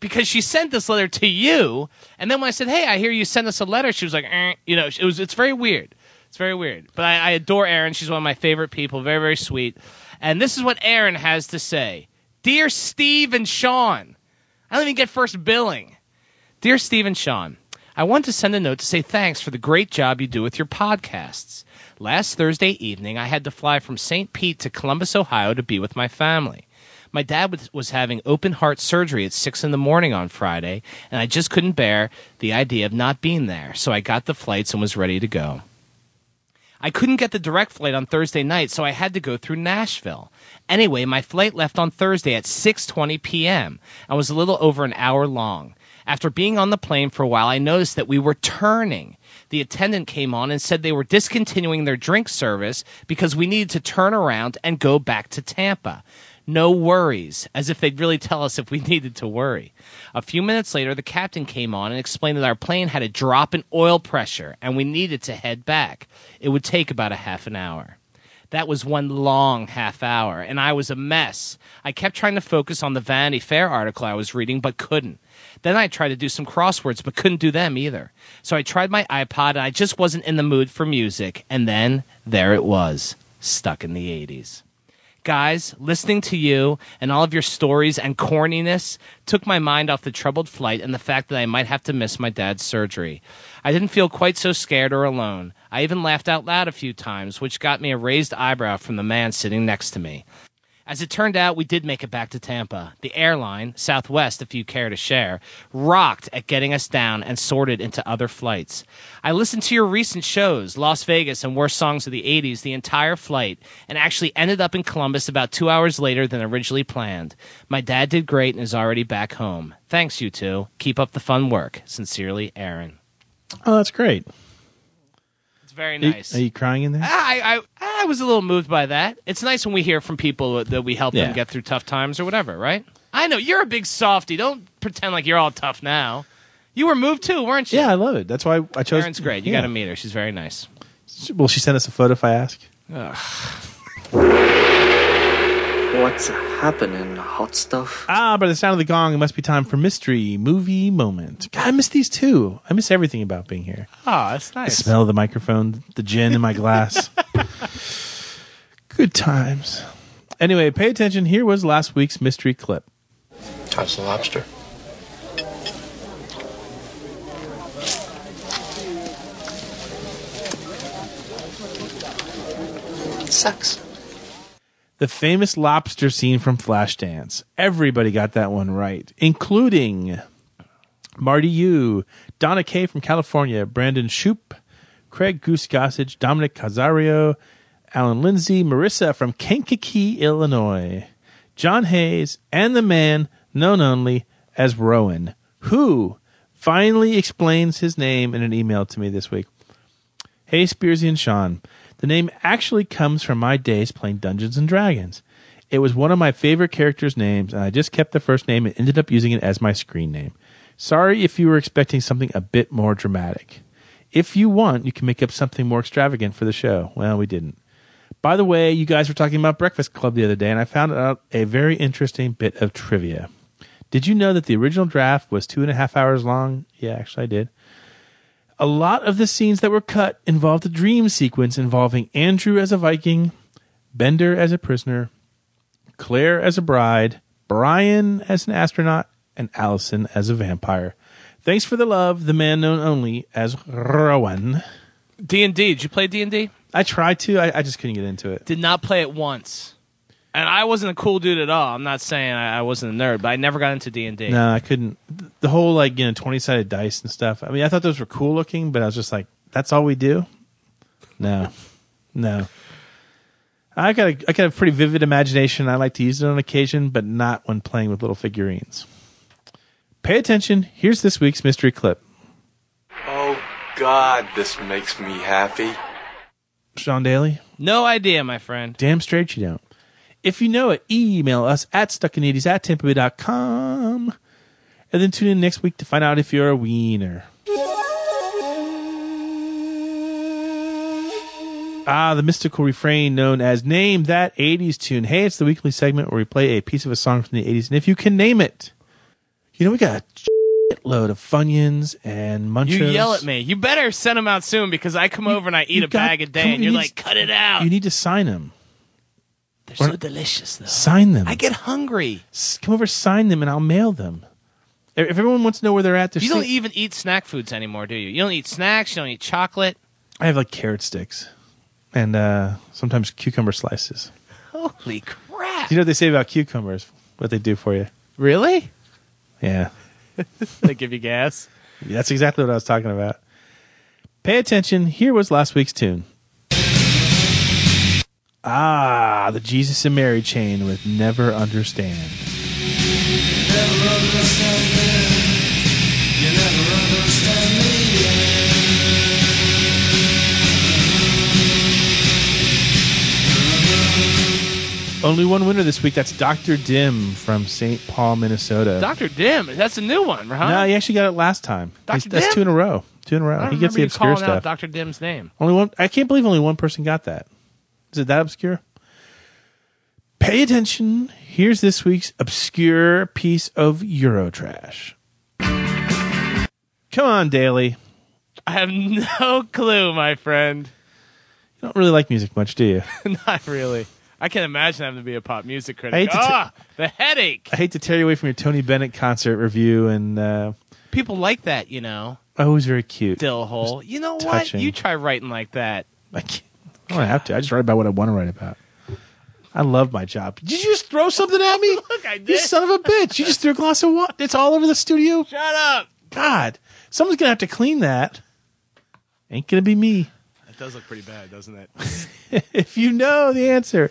S8: because she sent this letter to you, and then when I said, "Hey, I hear you sent us a letter," she was like, eh. "You know, it was it's very weird. It's very weird." But I, I adore Erin. She's one of my favorite people. Very very sweet. And this is what Erin has to say: "Dear Steve and Sean, I don't even get first billing. Dear Steve and Sean, I want to send a note to say thanks for the great job you do with your podcasts. Last Thursday evening, I had to fly from St. Pete to Columbus, Ohio, to be with my family." My dad was, was having open heart surgery at six in the morning on Friday, and I just couldn't bear the idea of not being there. So I got the flights and was ready to go. I couldn't get the direct flight on Thursday night, so I had to go through Nashville. Anyway, my flight left on Thursday at 6:20 p.m. and was a little over an hour long. After being on the plane for a while, I noticed that we were turning. The attendant came on and said they were discontinuing their drink service because we needed to turn around and go back to Tampa. No worries, as if they'd really tell us if we needed to worry. A few minutes later, the captain came on and explained that our plane had a drop in oil pressure and we needed to head back. It would take about a half an hour. That was one long half hour, and I was a mess. I kept trying to focus on the Vanity Fair article I was reading, but couldn't. Then I tried to do some crosswords, but couldn't do them either. So I tried my iPod, and I just wasn't in the mood for music. And then there it was, stuck in the 80s. Guys, listening to you and all of your stories and corniness took my mind off the troubled flight and the fact that I might have to miss my dad's surgery. I didn't feel quite so scared or alone. I even laughed out loud a few times, which got me a raised eyebrow from the man sitting next to me. As it turned out, we did make it back to Tampa. The airline, Southwest, if you care to share, rocked at getting us down and sorted into other flights. I listened to your recent shows, Las Vegas and Worst Songs of the 80s, the entire flight, and actually ended up in Columbus about two hours later than originally planned. My dad did great and is already back home. Thanks, you two. Keep up the fun work. Sincerely, Aaron.
S7: Oh, that's great.
S8: It's very
S7: Are you-
S8: nice.
S7: Are you crying in there?
S8: I, I I was a little moved by that. It's nice when we hear from people that we help
S7: Yeah.
S8: them get through tough times or whatever, right? I know you're a big softy. Don't pretend like you're all tough now. You were moved too, weren't you?
S7: Yeah, I love it. That's why I chose.
S8: Karen's great. You
S7: Yeah.
S8: got to meet her. She's very nice.
S7: Will she send us a photo if I ask?
S15: What's happening, hot stuff?
S7: Ah, by the sound of the gong, it must be time for mystery movie moment. God, I miss these too. I miss everything about being here.
S8: Oh, that's nice.
S7: The smell of the microphone, the gin in my glass. Good times. Anyway, pay attention. Here was last week's mystery clip.
S16: How's the lobster?
S15: Sucks.
S7: The famous lobster scene from Flashdance. Everybody got that one right, including Marty Yu, Donna Kay from California, Brandon Shoop, Craig Goose Gossage, Dominic Casario, Alan Lindsay, Marissa from Kankakee, Illinois, John Hayes, and the man known only as Rowan, who finally explains his name in an email to me this week. Hey, Spearsy and Sean. The name actually comes from my days playing Dungeons and Dragons. It was one of my favorite characters' names, and I just kept the first name and ended up using it as my screen name. Sorry if you were expecting something a bit more dramatic. If you want, you can make up something more extravagant for the show. Well, we didn't. By the way, you guys were talking about Breakfast Club the other day, and I found out a very interesting bit of trivia. Did you know that the original draft was two and a half hours long? Yeah, actually, I did. A lot of the scenes that were cut involved a dream sequence involving Andrew as a Viking, Bender as a prisoner, Claire as a bride, Brian as an astronaut, and Allison as a vampire. Thanks for the love, the man known only as Rowan.
S8: D and D. Did you play D and D?
S7: I tried to. I, I just couldn't get into it.
S8: Did not play it once. And I wasn't a cool dude at all. I'm not saying I, I wasn't a nerd, but I never got into D and D.
S7: No, I couldn't. The whole like you know twenty sided dice and stuff. I mean, I thought those were cool looking, but I was just like, that's all we do. No, no. I got a I got a pretty vivid imagination. I like to use it on occasion, but not when playing with little figurines. Pay attention. Here's this week's mystery clip.
S2: Oh, God, this makes me happy.
S7: Sean Daly.
S8: No idea, my friend.
S7: Damn straight you don't. If you know it, email us at stuckinitties at tampabay.com. And then tune in next week to find out if you're a wiener. Ah, the mystical refrain known as Name That 80s Tune. Hey, it's the weekly segment where we play a piece of a song from the 80s. And if you can name it, you know, we got a load of Funyuns and Munchos.
S8: You yell at me. You better send them out soon because I come over and I eat
S7: you
S8: a
S7: got-
S8: bag a
S7: come
S8: day,
S7: on,
S8: and
S7: you
S8: you're
S7: need
S8: like,
S7: to-
S8: cut it out.
S7: You need to sign them.
S8: They're
S7: We're
S8: so
S7: not-
S8: delicious, though.
S7: Sign them.
S8: I get hungry.
S7: S- Come over, sign them, and I'll mail them. E, If everyone wants to know where they're at, they're
S8: You don't
S7: still-
S8: even eat snack foods anymore, do you? You don't eat snacks. You don't eat chocolate.
S7: I have like carrot sticks and uh, sometimes cucumber slices.
S8: Holy crap!
S7: Do you know what they say about cucumbers? What they do for you?
S8: Really?
S7: Yeah.
S8: they give you gas.
S7: That's exactly what I was talking about. Pay attention. Here was last week's tune. Ah, the Jesus and Mary chain with Never Understand. Only one winner this week. That's Dr. Dim from St. Paul, Minnesota.
S8: Doctor Dim. That's a new one, huh?
S7: No, he actually got it last time.
S8: Dr.
S7: He's- That's
S8: Dim?
S7: two in a row. Two in a
S8: I
S7: row.
S8: don't
S7: He gets
S8: remember
S7: the
S8: you
S7: obscure
S8: calling out
S7: stuff.
S8: Doctor Dim's name.
S7: Only one. I can't believe only one person got that. Is it that obscure? Pay attention. Here's this week's obscure piece of Eurotrash. Come on, Daly. You
S8: I have no clue, my friend.
S7: don't really like music much, do you?
S8: Not really. I can imagine having to be a pop music
S7: I hate
S8: critic.
S7: to t-
S8: Ah, the headache.
S7: I hate to tear you away from your Tony Bennett concert review, and uh,
S8: People like that, you know.
S7: oh, it was very cute.
S8: Dill hole. You know what?
S7: touching.
S8: You try writing like that.
S7: I, can't, I don't have to. I just write about what I want to write about. I love my job. Did you just throw something at me?
S8: Look, I did.
S7: You son of a bitch. You just threw a glass of water. It's all over the studio.
S8: Shut up.
S7: God, someone's going to have to clean that. Ain't going to be me.
S8: That does look pretty bad, doesn't it?
S7: if you know the answer,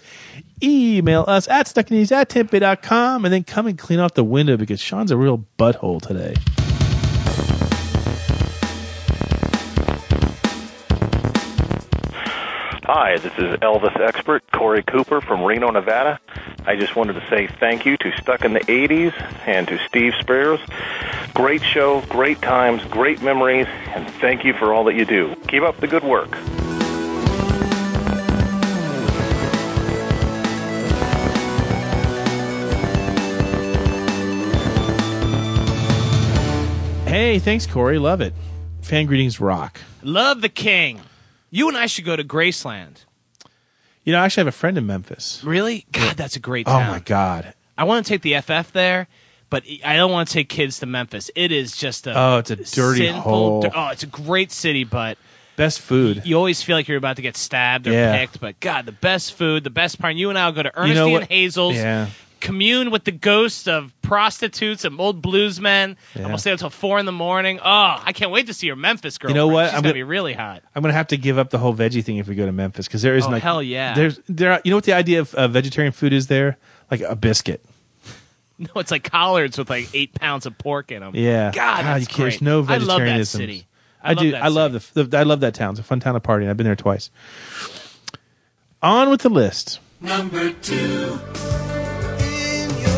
S7: email us at stuckinees at timpy.com and then come and clean off the window because Sean's a real butthole today.
S17: Hi, this is Elvis expert Corey Cooper from Reno, Nevada. I just wanted to say thank you to Stuck in the 80s and to Steve Sparrows. Great show, great times, great memories, and thank you for all that you do. Keep up the good work.
S7: Hey, thanks, Corey. Love it. Fan greetings rock.
S8: Love the King. You and I should go to Graceland.
S7: You know, I actually have a friend in Memphis.
S8: Really? God, that's a great
S7: Oh
S8: town.
S7: my God.
S8: I want to take the FF there, but e, I don't want to take kids to Memphis. It is just a
S7: Oh, it's a dirty
S8: sinful-
S7: hole.
S8: dir- oh, it's a great city, but
S7: Best food.
S8: you always feel like you're about to get stabbed or
S7: Yeah.
S8: picked. But God, the best food, the best part. You and I will go to
S7: You
S8: Ernestine
S7: know what-
S8: Hazel's.
S7: Yeah.
S8: Commune with the ghosts of prostitutes and old blues men.
S7: Yeah.
S8: I'm gonna stay until four in the morning. Oh, I can't wait to see your Memphis girl.
S7: You know what?
S8: She's
S7: I'm
S8: gonna
S7: gonna-
S8: be really hot.
S7: I'm gonna have to give up the whole veggie thing if we go to Memphis because there is
S8: Oh,
S7: like
S8: hell yeah.
S7: There's there. You know what the idea of uh, vegetarian food is there? Like a biscuit.
S8: No, it's like collards with like eight pounds of pork in them.
S7: Yeah.
S8: God, that's
S7: you can't- there's
S8: great.
S7: no
S8: I love
S7: vegetarianism.
S8: that city.
S7: I, do.
S8: That
S7: I love the, the. I love that town. It's a fun town to party. in. I've been there twice. On with the list.
S15: Number two. In your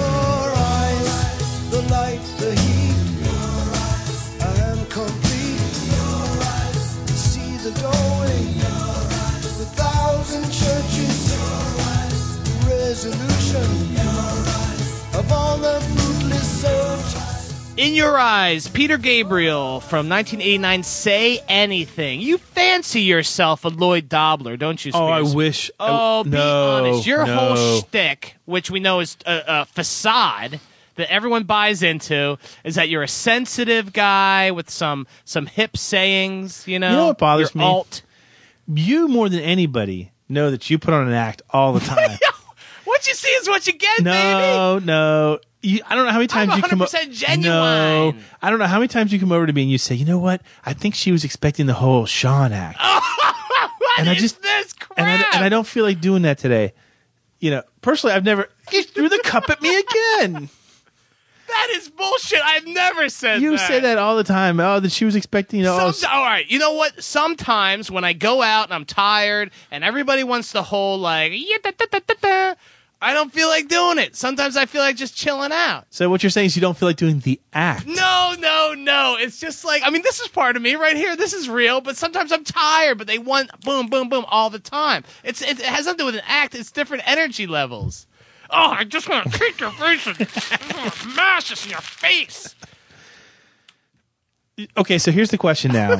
S15: eyes, the light, the heat. Your eyes. I am complete. Your eyes. See the doorway. Your eyes. The thousand churches. Your eyes. The resolution. Your eyes. Of all the fruitless search.
S8: In Your Eyes, Peter Gabriel from 1989. Say anything. You fancy yourself a Lloyd Dobler, don't you? Spears?
S7: Oh, I wish-
S8: Oh,
S7: oh,
S8: be
S7: no,
S8: honest. Your
S7: no.
S8: whole shtick, which we know is a, a facade that everyone buys into, is that you're a sensitive guy with some some hip sayings. You know,
S7: You know what bothers
S8: You're
S7: me?
S8: Alt.
S7: You more than anybody know that you put on an act all the time.
S8: What you see is what you get, baby.
S7: no, no. You, I don't know how many
S8: I'm
S7: times you come up.
S8: 100% genuine.
S7: No, I don't know how many times you come over to me and you say, "You know what? I think she was expecting the whole Sean act."
S8: Oh,
S7: and I just
S8: this
S7: and I, and I don't feel like doing that today. You know, personally, I've never you threw the cup at me again.
S8: That is bullshit. I've never said
S7: You
S8: that.
S7: say that all the time. Oh, that she was expecting. You know, oh,
S8: Someti- all right, you know what? Sometimes when I go out and I'm tired and everybody wants the whole like, yeah, da, da, da, da, da, I don't feel like doing it. Sometimes I feel like just chilling out.
S7: so what you're saying is you don't feel like doing the act.
S8: No, no, no. It's just like, I mean, this is part of me right here. This is real, but sometimes I'm tired, but they want boom, boom, boom all the time. It's It, it has nothing to do with an act, it's different energy levels. Oh, I just want to kick your face and smash this in your face.
S7: Okay, so here's the question now.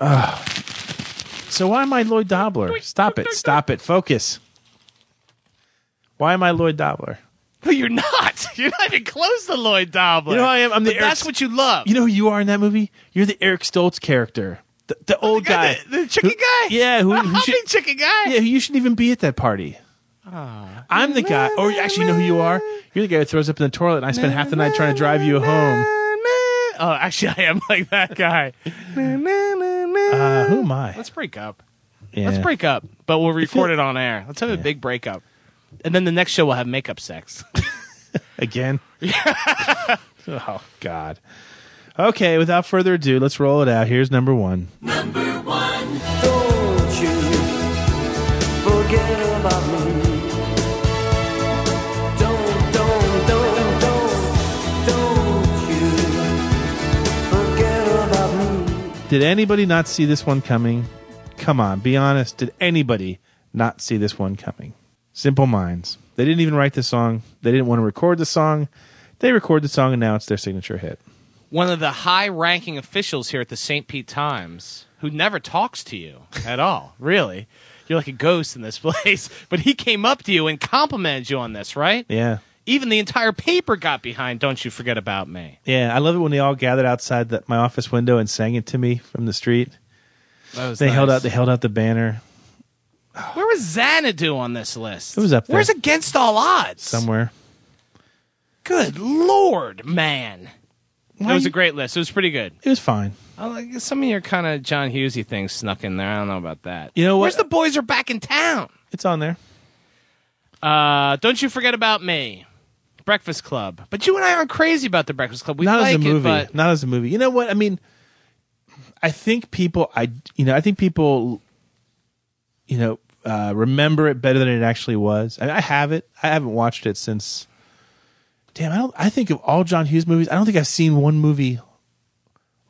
S7: Ugh. so why am I Lloyd Dobler? Stop it! Stop it! Focus. Why am I Lloyd Dobler?
S8: No, you're not. You're not even close to Lloyd Dobler.
S7: You know who I am? I'm the
S8: But
S7: Eric-
S8: that's what you love.
S7: You know who you are in that movie? You're the Eric Stoltz character, the, the old guy,
S8: the, the chicken guy.
S7: Yeah, who, who
S8: I'll
S7: should,
S8: be chicken guy.
S7: yeah, who you shouldn't even be at that party. I'm the guy. Or actually, you know who you are? You're the guy who throws up in the toilet, and I spent half the night trying to drive you home.
S8: Oh, actually, I am like that guy.
S7: Uh, who am I?
S8: Let's break up.
S7: Yeah.
S8: Let's break up, but we'll record it on air. Let's have a big breakup, and then the next show we'll have makeup sex.
S7: Again? oh, God. Okay, without further ado, let's roll it out. Here's number one.
S15: Don't you forget about me. Don't, don't, don't, don't, don't you forget about me.
S7: Did anybody not see this one coming? Come on, be honest. Did anybody not see this one coming? Simple Minds. They didn't even write the song. They didn't want to record the song. They record the song and now it's their signature hit.
S8: One of the high-ranking officials here at the St. Pete Times, who never talks to you at all, really. You're like a ghost in this place, but he came up to you and complimented you on this, right?
S7: Yeah.
S8: Even the entire paper got behind Don't You Forget About Me.
S7: Yeah, I love it when they all gathered outside the, my office window and sang it to me from the street.
S8: That was
S7: they
S8: nice.
S7: held out they held out the banner.
S8: Where was Xanadu on this list?
S7: It was up there.
S8: Where's Against All Odds?
S7: somewhere.
S8: Good lord, man.
S7: Why
S8: That was
S7: you-
S8: a great list. It was pretty good.
S7: It was fine.
S8: I like some of your kind of John Hughesy things snuck in there. I don't know about that.
S7: You know what?
S8: Where's the boys are back in town?
S7: It's on there.
S8: Uh, don't you forget about me, Breakfast Club. But you and I aren't crazy about the Breakfast Club. We
S7: not
S8: like
S7: as a
S8: it,
S7: movie.
S8: but
S7: Not as a movie. You know what? I mean, I think people. I you know I think people. You know, uh, remember it better than it actually was. I, I have it. I haven't watched it since. Damn, I don't. I think of all John Hughes movies, I don't think I've seen one movie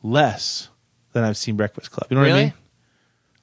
S7: less than I've seen Breakfast Club. You know what I
S8: Really?
S7: mean?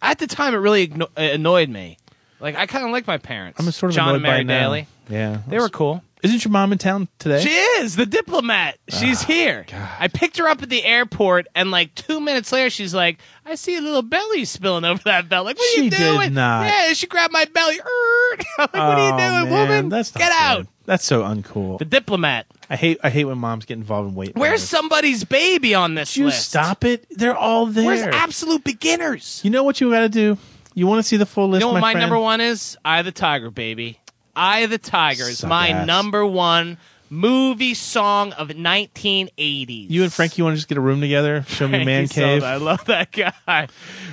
S8: at the time it really igno- uh, annoyed me. Like I kind of like my parents.
S7: I'm sort of
S8: John
S7: annoyed
S8: and Mary
S7: by it now.
S8: Daly.
S7: Yeah,
S8: They were cool.
S7: Isn't your mom in town today?
S8: She is the diplomat. She's
S7: Ah,
S8: here. I picked her up at the airport, and like two minutes later, she's like, "I see a little belly spilling over that belt. Like, what are
S7: She
S8: you
S7: did
S8: doing?
S7: not.
S8: Yeah, she grabbed my belly. Er. like, what are you
S7: Oh,
S8: doing,
S7: man,
S8: woman?
S7: That's not
S8: Get
S7: good.
S8: out.
S7: That's so uncool.
S8: The diplomat.
S7: I hate. I hate when moms get involved in weight.
S8: Where's somebody's baby on this
S7: you
S8: list?
S7: stop it? They're all there.
S8: Where's absolute beginners?
S7: You know what you got to do? You want to see the full list,
S8: you
S7: my,
S8: know what my
S7: friend?
S8: number one is? Eye of the Tiger, baby. Eye of the Tiger is
S7: Suck
S8: my
S7: ass.
S8: number one movie song of 1980s.
S7: You and Frankie want to just get a room together? Show me
S8: Frankie
S7: man cave.
S8: Soda. I love that guy.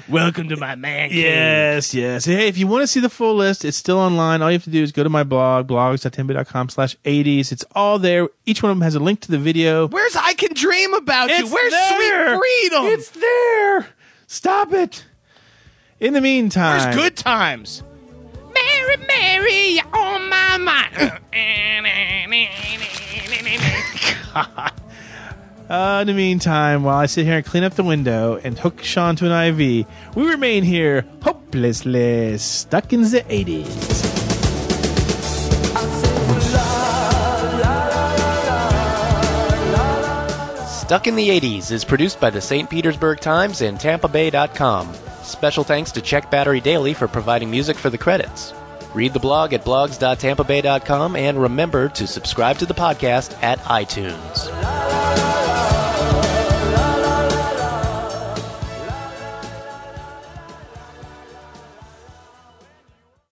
S8: Welcome to my man cave.
S7: Yes, yes. Hey, if you want to see the full list, it's still online. All you have to do is go to my blog, blogs.timby.com slash 80s. It's all there. Each one of them has a link to the video.
S8: Where's I Can Dream About
S7: It's
S8: You? Where's
S7: there.
S8: Sweet Freedom?
S7: It's there. Stop it. In the meantime.
S8: Where's Good Times? Mary, Mary, you're on my mind.
S7: Uh, in the meantime, while I sit here and clean up the window and hook Sean to an IV, we remain here hopelessly stuck in the 80s.
S1: Stuck in the 80s is produced by the St. Petersburg Times and TampaBay.com. Special thanks to Check Battery Daily for providing music for the credits. Read the blog at blogs.tampabay.com and remember to subscribe to the podcast at iTunes.